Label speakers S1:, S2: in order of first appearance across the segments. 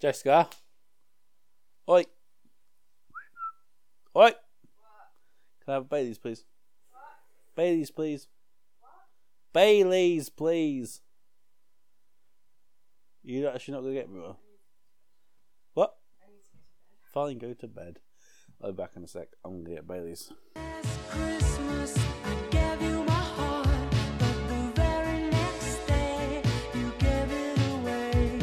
S1: Jessica. Oi. Oi. Can I have Bailey's, please? Bailey's, please. Bailey's, please. You're actually not going to get me one. What? Fine, go to bed. I'll be back in a sec. I'm going to get Bailey's.
S2: Christmas, I gave you my heart, but the very next day you gave it away.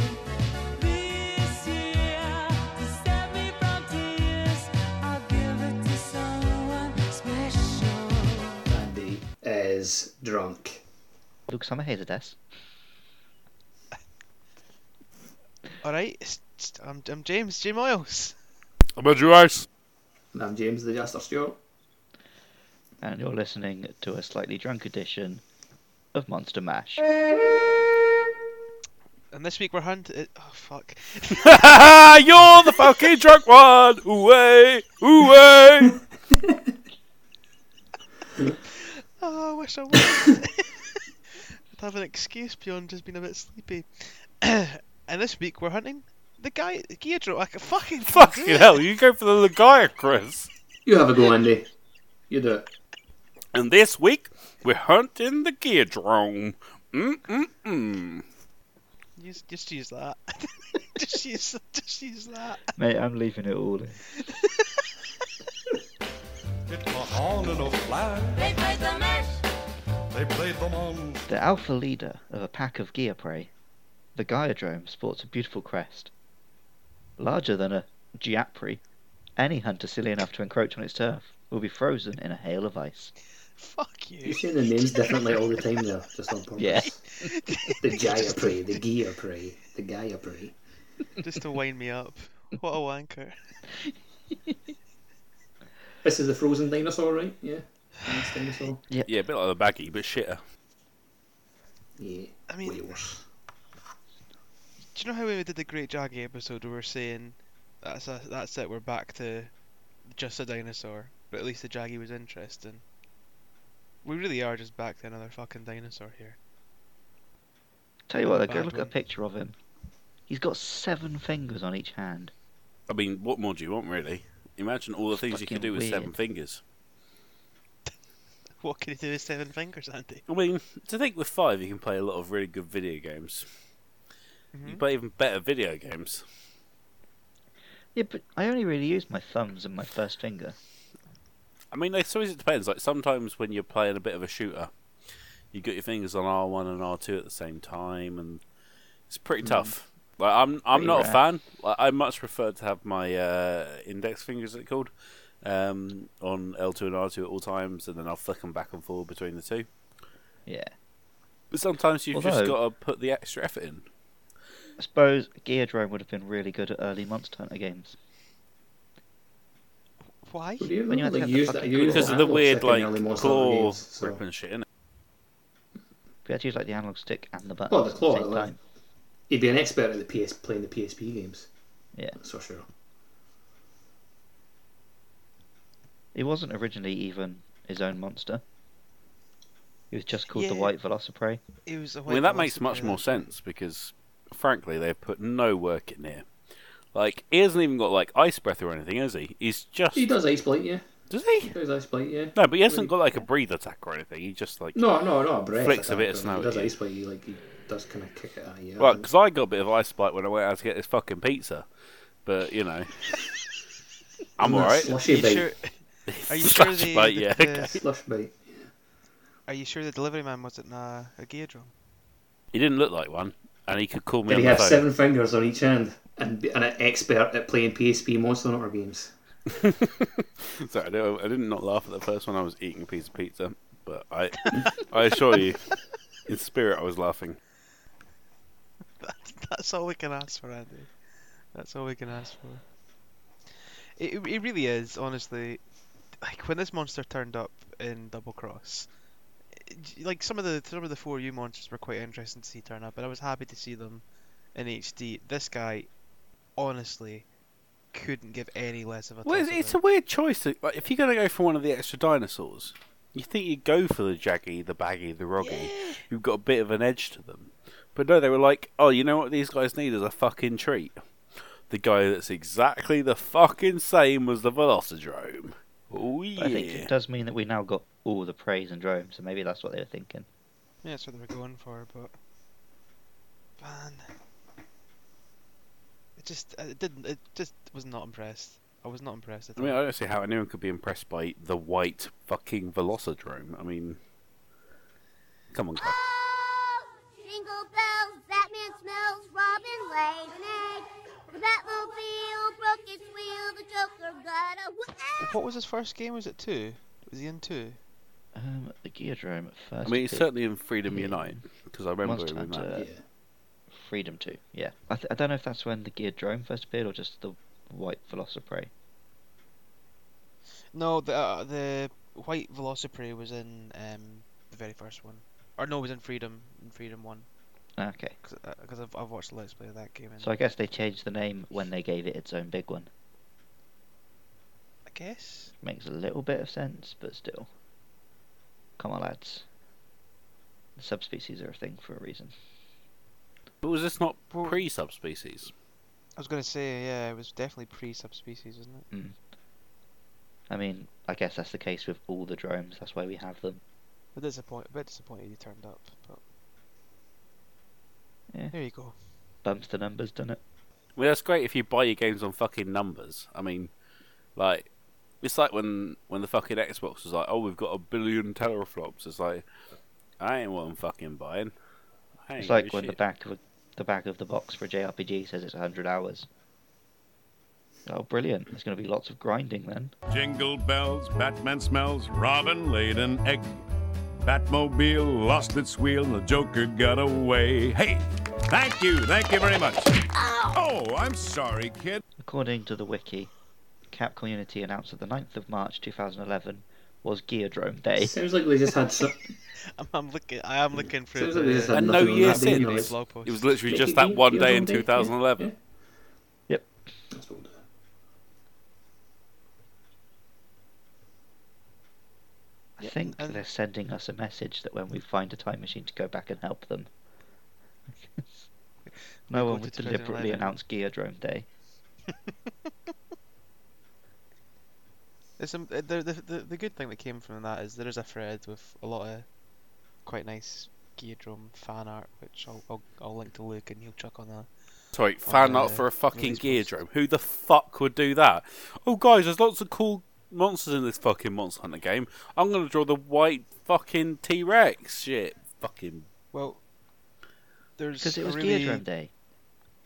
S2: This year, to save me from tears, I'll give it to someone special.
S3: Andy is drunk.
S4: Luke Summerhazer desk.
S5: All right, it's, it's- I'm, I'm James J Miles.
S6: I'm Andrew Rice.
S3: And I'm James the Jester Stewart.
S4: and you're listening to a slightly drunk edition of Monster Mash.
S5: And this week we're hunting. Oh fuck!
S6: You're the fucking drunk one. Ooh-way, ooh-way.
S5: Oh, I wish I would. I'd have an excuse beyond just being a bit sleepy. and this week we're hunting the guy Giedro. I can fucking can't do
S6: fucking
S5: it.
S6: hell, you go for the Lagaya, Chris.
S3: You have a go, Andy. You do it.
S6: And this week, we're hunting the gear drone. Mm-mm-mm.
S5: Use, just use that. just use, just use that.
S4: Mate, I'm leaving it all in.
S7: It was on in a flash.
S2: They played the match.
S7: They played them on.
S4: The alpha leader of a pack of gear prey, the Gaiadrome sports a beautiful crest. Larger than a Giapri, any hunter silly enough to encroach on its turf will be frozen in a hail of ice.
S5: Fuck
S3: You
S5: you.
S3: say the names differently all the time there, just on purpose.
S4: Yeah.
S3: The Jaya Prey, the Gia Prey, the Gaia Prey.
S5: just to wind me up. What a wanker.
S3: This is the frozen dinosaur, right? Yeah. Nice dinosaur.
S6: Yeah, a bit like the baggy, but shitter.
S3: Yeah.
S5: I mean,
S3: Way worse.
S5: Do you know how when we did the Great Jaggy episode, we were saying that's a, that's it, we're back to just a dinosaur, but at least the Jaggy was interesting. We really are just back to another fucking dinosaur here.
S4: Tell you what, though, go
S5: Bad
S4: look at a
S5: one.
S4: picture of him. He's got seven fingers on each hand.
S6: I mean, what more do you want, really? Imagine all the things you
S4: Fucking
S6: could do with
S4: weird.
S6: seven fingers.
S5: What can he do with seven fingers, Andy?
S6: I mean, to think with five, you can play a lot of really good video games. You
S4: Mm-hmm.
S5: Mhm.
S6: play even better video games.
S4: Yeah, but I only really use my thumbs and my first finger.
S6: I mean, I suppose it depends. Like sometimes when you're playing a bit of a shooter, you got your fingers on R one and R two at the same time, and it's pretty tough. Like I'm, I'm
S4: Mm. Pretty
S6: not
S4: rare.
S6: a fan. Like, I much prefer to have my uh, index fingers, is it called, um, on L two and R two at all times, and then I'll flick them back and forth between the two.
S4: Yeah.
S6: But sometimes you've just got
S4: Although-
S6: to put the extra effort in.
S4: I suppose Geodrome would have been really good at early Monster Hunter games.
S5: Why?
S3: Would you
S4: When you had to
S3: like,
S4: have the
S3: use
S4: fucking
S3: that- you use
S6: Because of the
S3: analog
S6: weird
S3: stick in
S6: like
S3: early Monster Hunter
S6: claw
S3: games, so-
S6: ripping shit, innit?
S4: We had to use like the analog stick and the button
S3: Well, the
S4: at
S3: claw,
S4: the same
S3: like-
S4: time.
S3: He'd be an expert at the PS playing the PSP games.
S4: Yeah.
S3: That's for sure.
S4: He wasn't originally even his own monster. He was just called the
S5: Yeah.
S4: White Velociprey.
S5: It was a
S6: I mean, that makes much more sense because, frankly, they've put no work in here. Like, he hasn't even got, like, ice breath or anything, has he? He's just.
S3: He does ice blight, yeah.
S6: Does he?
S3: He does ice blight, yeah.
S6: No, but he hasn't got, like, a breathe attack or anything. He just, like.
S3: No, no, no, breath.
S6: Flicks a
S3: I
S6: bit of
S3: think,
S6: snow
S3: He
S6: at
S3: does
S6: you.
S3: ice blight, he, like, he does kind of kick it uh, out of you. I
S6: Well,
S3: think.
S6: because I got a bit of ice bite when I went out to get this fucking pizza. But, you know. I'm
S3: That
S6: alright.
S5: Are
S3: Slushy
S5: you
S3: bite.
S5: sure? Are you sure
S6: Slash
S5: the,
S6: bite,
S5: the-
S6: yeah.
S5: the-
S3: Slush bite.
S5: Are you sure the delivery man wasn't uh, a Giedro?
S6: He didn't look like one, and he could call me
S3: Did
S6: on
S3: he
S6: the
S3: have
S6: phone.
S3: seven fingers on each hand and be, and an expert at playing PSP Monster Hunter games?
S6: Sorry, I didn't, I didn't not laugh at the first one. I was eating a piece of pizza, but I, I assure you, in spirit, I was laughing.
S5: That's, that's all we can ask for, Andy. That's all we can ask for. It, it- it really is, honestly. Like when this monster turned up in Double Cross, it- like some of the some of the four U monsters were quite interesting to see turn up, and I was happy to see them in HD. This guy, honestly, couldn't give any less of a.
S6: Well,
S5: toss
S6: it's, it's a
S5: about
S6: weird choice. To, like, if you're going to go for one of the extra dinosaurs, you think you'd go for the Jaggy, the Baggy, the Roggy, who've got a bit of an edge to them. But no, they were like, oh, you know what these guys need is a fucking treat. the guy that's exactly the fucking same as the Velocidrome. Oh
S4: But I think
S6: yeah.
S4: it does mean that we now got all the praise and drones, so maybe that's what they were thinking.
S5: Yeah, that's what they were going for, but man, it just uh, it didn't. It just was not impressed. I was not impressed. At
S6: I mean,
S5: all.
S6: I don't see how anyone could be impressed by the white fucking Velocidrome. I mean, come on, guys.
S8: Jingle bells, Batman smells, Robin lays an egg. The Batmobile broke its wheel, the Joker got a wh-
S5: what was his first game? Was it two? Was he in two?
S4: Um, the Geodrome at first.
S6: I mean, he's
S4: appeared-
S6: certainly in Freedom
S4: Yeah.
S6: Unite because I remember
S4: Monster
S6: him in that.
S4: Hunter.
S3: Yeah.
S4: Freedom 2, yeah. I, th- I don't know if that's when the Geodrome first appeared or just the white Velociprey.
S5: No, the uh, the white Velociprey was in um, the very first one, or no, it was in Freedom, in Freedom One,
S4: Ah, Okay.
S5: because I've, I've watched the Let's Play of that game. And
S4: So I guess they changed the name when they gave it its own big one.
S5: I guess
S4: Makes a little bit of sense, but still. Come on, lads. The subspecies are a thing for a reason.
S6: But was this not pre subspecies?
S5: I was gonna say yeah, it was definitely pre subspecies, wasn't it?
S4: I mean, I guess that's the case with all the drones, that's why we have them.
S5: But disappoint, a bit disappointed he turned up, but
S4: Yeah.
S5: there you go.
S4: Bumps the numbers, doesn't it?
S6: I mean, that's great if you buy your games on fucking numbers. I mean, like, it's like when when the fucking Xbox was like, oh, we've got a billion teraflops. It's like, I ain't what I'm fucking buying. I ain't
S4: It's
S6: got
S4: like
S6: this
S4: when the
S6: shit.
S4: back of a, the back of the box for a JRPG says it's 100 hours. Oh, brilliant! There's going to be lots of grinding then.
S7: Jingle bells, Batman smells, Robin laid an egg. Batmobile lost its wheel, the Joker got away. Hey, thank you, thank you very much. Oh, I'm sorry, kid.
S4: According to the wiki, Capcom Unity announced that the 9th of March 2011 was Geodrome Day.
S3: Sounds like they just had. So-
S5: I'm, I'm looking. I am looking for
S3: sounds like they just had
S6: And no
S3: nothing on
S6: year
S3: that day, you know,
S6: since.
S3: it's-
S5: blog post.
S6: It was literally
S3: Yeah,
S6: just
S3: yeah,
S6: that one
S3: yeah,
S6: day in
S3: yeah, yeah.
S6: 2011.
S4: Yep.
S3: That's what we'll do.
S4: I think
S5: and-
S4: they're sending us a message that when we find a time machine to go back and help them. no
S5: go
S4: one
S5: to
S4: would
S5: 2011.
S4: deliberately announce Geodrome Day.
S5: There's some, uh, the, the, the, the good thing that came from that is there is a thread with a lot of quite nice Geodrome fan art, which I'll, I'll, I'll link to Luke and he'll chuck on that.
S6: Sorry, fan
S5: uh,
S6: art for a fucking
S5: release
S6: gear
S5: post.
S6: drum. Who the fuck would do that? Oh, guys, there's lots of cool monsters in this fucking Monster Hunter game. I'm gonna draw the white fucking T Rex shit. Fucking
S5: Well, there's
S4: Because it
S5: a
S4: was
S5: really...
S4: Geodrome Day.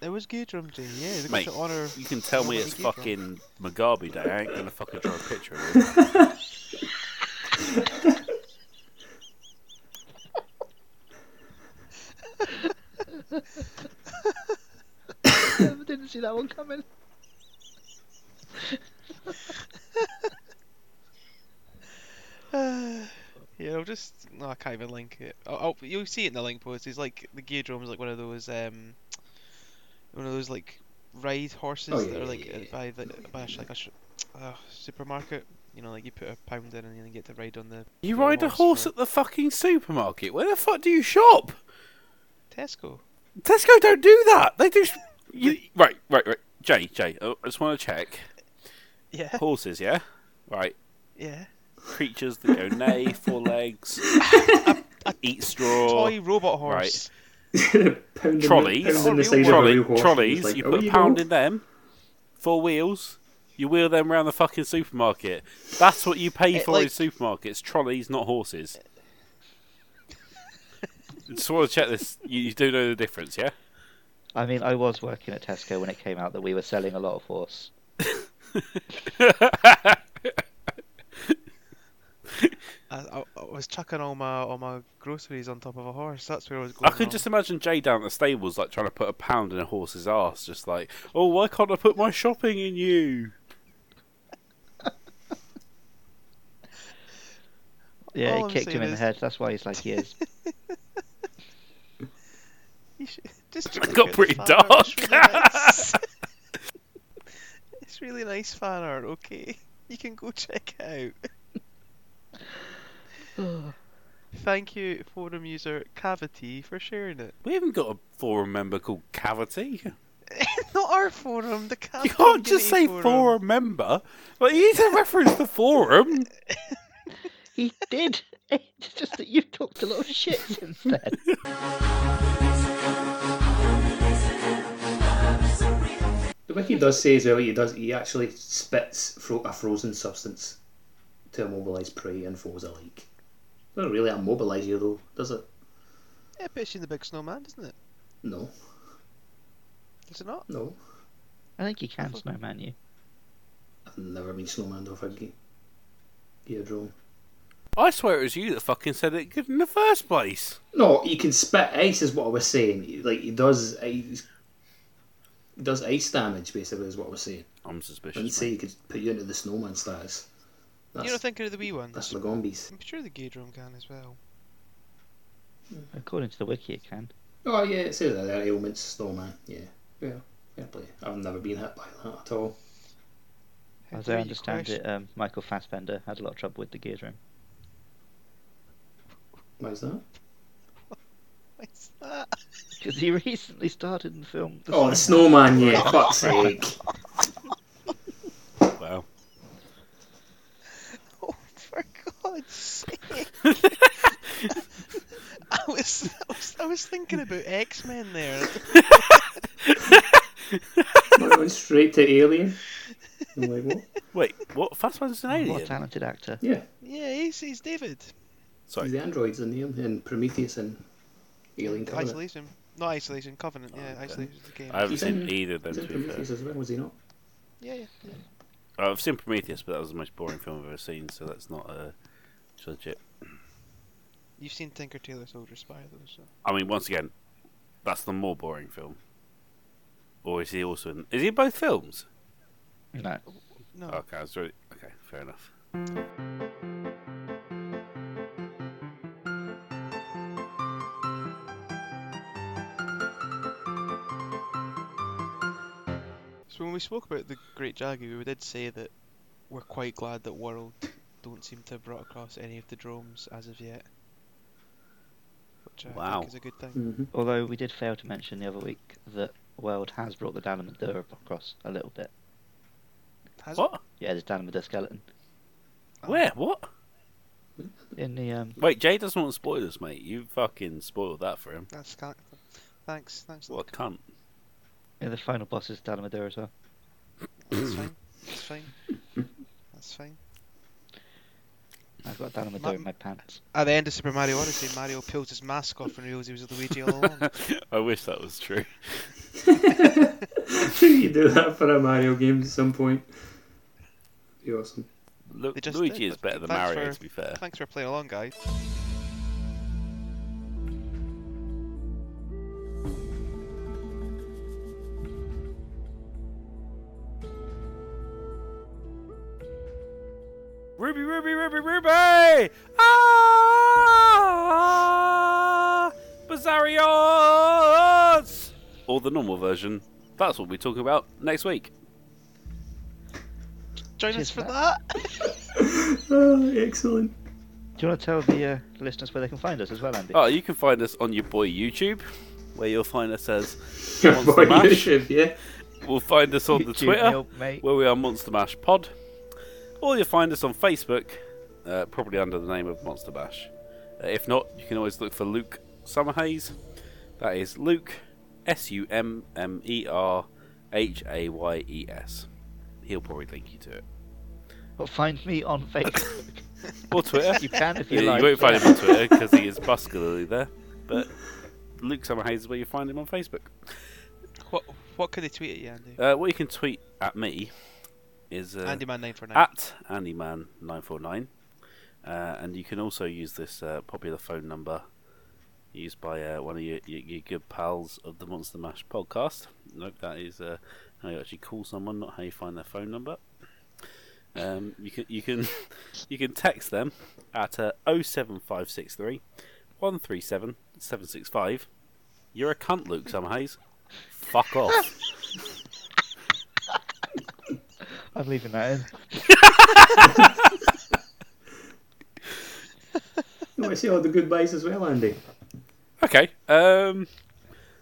S5: It was Geodrome Day, yeah. They got
S6: Mate,
S5: to honour.
S6: you can tell me
S5: Honour
S6: it's
S5: the Geodrome.
S6: fucking Mugabe Day. I ain't gonna fucking draw a picture of it.
S4: didn't see that one coming.
S5: Yeah, I'll just. No, I can't even link it. I'll, I'll, you'll see it in the link post. It's like the Geodrome's like one of those, um, one of those like ride horses
S3: Oh, yeah,
S5: that are
S3: yeah,
S5: like
S3: yeah,
S5: uh,
S3: yeah.
S5: by the by a sh- like a sh- uh, supermarket. You know, like you put a pound in and you get to ride on the
S6: You
S5: little
S6: ride a horse
S5: for
S6: at the fucking supermarket. Where the fuck do you shop?
S5: Tesco.
S6: Tesco don't do that. They do. You, right, right, right. Jay, Jay, oh, I I just want to check.
S5: Yeah,
S6: Horses, yeah? Right.
S5: yeah.
S6: creatures that go nay, four legs, eat straw,
S5: Toy robot horse.
S3: Pounding the-
S6: trolleys,
S3: pounding the size of a
S6: trolley,
S3: real horse, and
S6: trolleys.
S3: it's like,
S6: you
S3: "Oh,
S6: put a
S3: you
S6: pound
S3: go."
S6: in them, four wheels. You wheel them around the fucking supermarket. That's what you pay
S5: It,
S6: for
S5: like-
S6: in supermarkets. Trolleys, not horses. Just want to check this. You, you do know the difference, yeah?
S4: I mean, I was working at Tesco when it came out that we were selling a lot of horse.
S5: I, I, I was chucking all my all my groceries on top of a horse. That's where I was
S6: I
S5: going.
S6: could
S5: wrong.
S6: just imagine Jay down at the stables, like trying to put a pound in a horse's ass, just like, oh, why can't I put my shopping in you?
S4: Yeah,
S5: All
S4: it
S5: Oh, I'm
S4: kicked him
S5: saying
S4: in the
S5: is-
S4: head. That's why he's like he is.
S5: You should- just
S6: It
S5: look
S6: got
S5: at the
S6: pretty
S5: fan art, it's
S6: dark.
S5: really nice. It's really nice fan art, okay? You can go check it out. Thank you, forum user Cavity, for sharing it.
S6: We haven't got a forum member called Cavity.
S5: Not our forum, the Capcom
S6: You can't just say
S5: Guinea
S6: forum, member. Like, he needs a reference to forum.
S4: He did. It's just that you've talked a lot of shit since then.
S3: The wiki does say as well he does he actually spits fro- a frozen substance to immobilise prey and foes alike. Not really immobilise you though, does it?
S5: Yeah, pitching the big snowman, doesn't it?
S3: No,
S5: Is it not?
S3: no.
S4: I think you can snowman you.
S3: I've never been snowman off a ge- gear drone.
S6: I swear it was you that fucking said it good in the first place.
S3: No, you can spit ice is what I was saying. Like he does ice he does ice damage basically is what I was saying.
S6: I'm
S3: I didn't
S6: suspicious.
S3: say
S6: mate.
S3: you could put you into the snowman status. That's
S5: You're not thinking of the wee one.
S3: that's Magombies.
S5: I'm sure the Gaedron can as well.
S4: According to the wiki, it can.
S3: Oh yeah, it says that there, ailments, snowman. Yeah, yeah, fair play. I've never been hit by that at all.
S5: How
S4: As
S5: dare
S4: I
S5: you
S4: understand
S5: question-
S4: it, um, Michael Fassbender had a lot of trouble with the gear drum.
S3: Why is that?
S5: What's that?
S4: Because he recently started in the film. The
S3: Oh, the
S4: Snowman.
S3: snowman, yeah, fuck's sake.
S6: Wow.
S5: Oh, for God's sake! I was, I was, I was thinking about X Men there.
S3: Went straight to Alien. I'm like, what?
S6: Wait, what? Fastman's an alien?
S4: What a talented actor.
S3: Yeah,
S5: Yeah, he's, he's David.
S6: Sorry.
S3: the androids in him, and Prometheus and Alien Covenant.
S5: Isolation, not Isolation, Covenant. Yeah,
S6: okay.
S5: Isolation is the game.
S6: I haven't
S3: He's
S6: seen
S3: in-
S6: either of them,
S3: Was
S6: to
S3: in
S6: be fair.
S3: Prometheus as well, was he not?
S5: Yeah, yeah, yeah.
S6: Oh, I've seen Prometheus, but that was the most boring film I've ever seen, so that's not uh, judge it.
S5: You've seen Tinker Tailor Soldier Spy though, so
S6: I mean, once again, that's the more boring film. Or is he also in. Is he in both films?
S4: No.
S3: Oh.
S5: no.
S6: Okay, I was really. Okay, fair enough.
S5: So when we spoke about the Great Jagu, we did say that we're quite glad that World don't seem to have brought across any of the dromes as of yet, which I
S6: Wow.
S5: think is a good thing.
S3: Mm-hmm.
S4: Although we did fail to mention the other week that World has brought the Dalamandur across a little bit.
S5: Has
S6: What?
S4: Yeah, the Dalamandur skeleton.
S3: Oh.
S6: Where? What?
S4: In the um,
S6: Wait, Jay doesn't want spoilers, mate. You fucking spoiled that for him.
S5: That's kind thanks, thanks.
S6: What a cunt.
S4: in the final boss is Dalamandur as well.
S5: That's fine. That's fine. That's fine.
S4: I've got Dalamandur
S5: Ma-
S4: in my pants.
S5: At the end of Super Mario Odyssey, Mario peels his mask off and reveals he was Luigi all along.
S6: I wish that was true.
S3: you do that for a Mario game at some point. Be awesome.
S6: Lu-
S5: They just
S6: Luigi
S5: did.
S6: is better than
S5: Thanks
S6: Mario,
S5: for-
S6: to be fair.
S5: thanks for playing along, guys.
S6: Ruby, Ruby, Ruby, Ruby! Ah! Bizarrios! Or the normal version. That's what we talk about next week.
S5: Join
S4: Cheers
S5: us for
S4: for
S5: that.
S3: Oh, excellent.
S4: Do you want to tell the uh, listeners where they can find us as well, Andy?
S6: Oh, you can find us on your boy YouTube, where you'll find us as
S3: Your
S6: Monster
S3: boy
S6: Mash.
S3: Yusuf, yeah.
S6: We'll find us on the
S4: YouTube,
S6: Twitter,
S4: help, mate.
S6: where we are Monster Mash Pod. Or you'll find us on Facebook, uh, probably under the name of Monster Mash. Uh, if not, you can always look for Luke Summerhaze. That is Luke, S U M M E R H A Y E S. He'll probably link you to it.
S4: Or find me on Facebook.
S6: Or Twitter.
S4: you can if
S6: you,
S4: you like.
S6: won't find him on Twitter because he is muscularly there. But Luke Summerhaze is where you find him on Facebook.
S5: What what could they tweet at you, Andy?
S6: Uh, what you can tweet at me is uh,
S5: Andyman nine four nine.
S6: at andyman949 uh, and you can also use this uh, popular phone number used by uh, one of your, your, your good pals of the monster mash podcast nope that is uh, how you actually call someone not how you find their phone number um, you can you can you can text them at uh, 07563 137 765 you're a cunt luke summerhays fuck off
S4: I'm leaving that in.
S3: You want to say all the goodbyes as well, Andy?
S6: Okay. Um,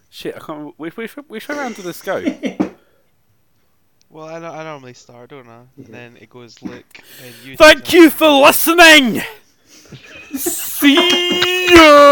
S6: shit, I can't remember. Which, which, which way round did this go?
S5: Well, I, I normally start, don't I? And then it goes Luke and you.
S6: Thank you for listening. See ya.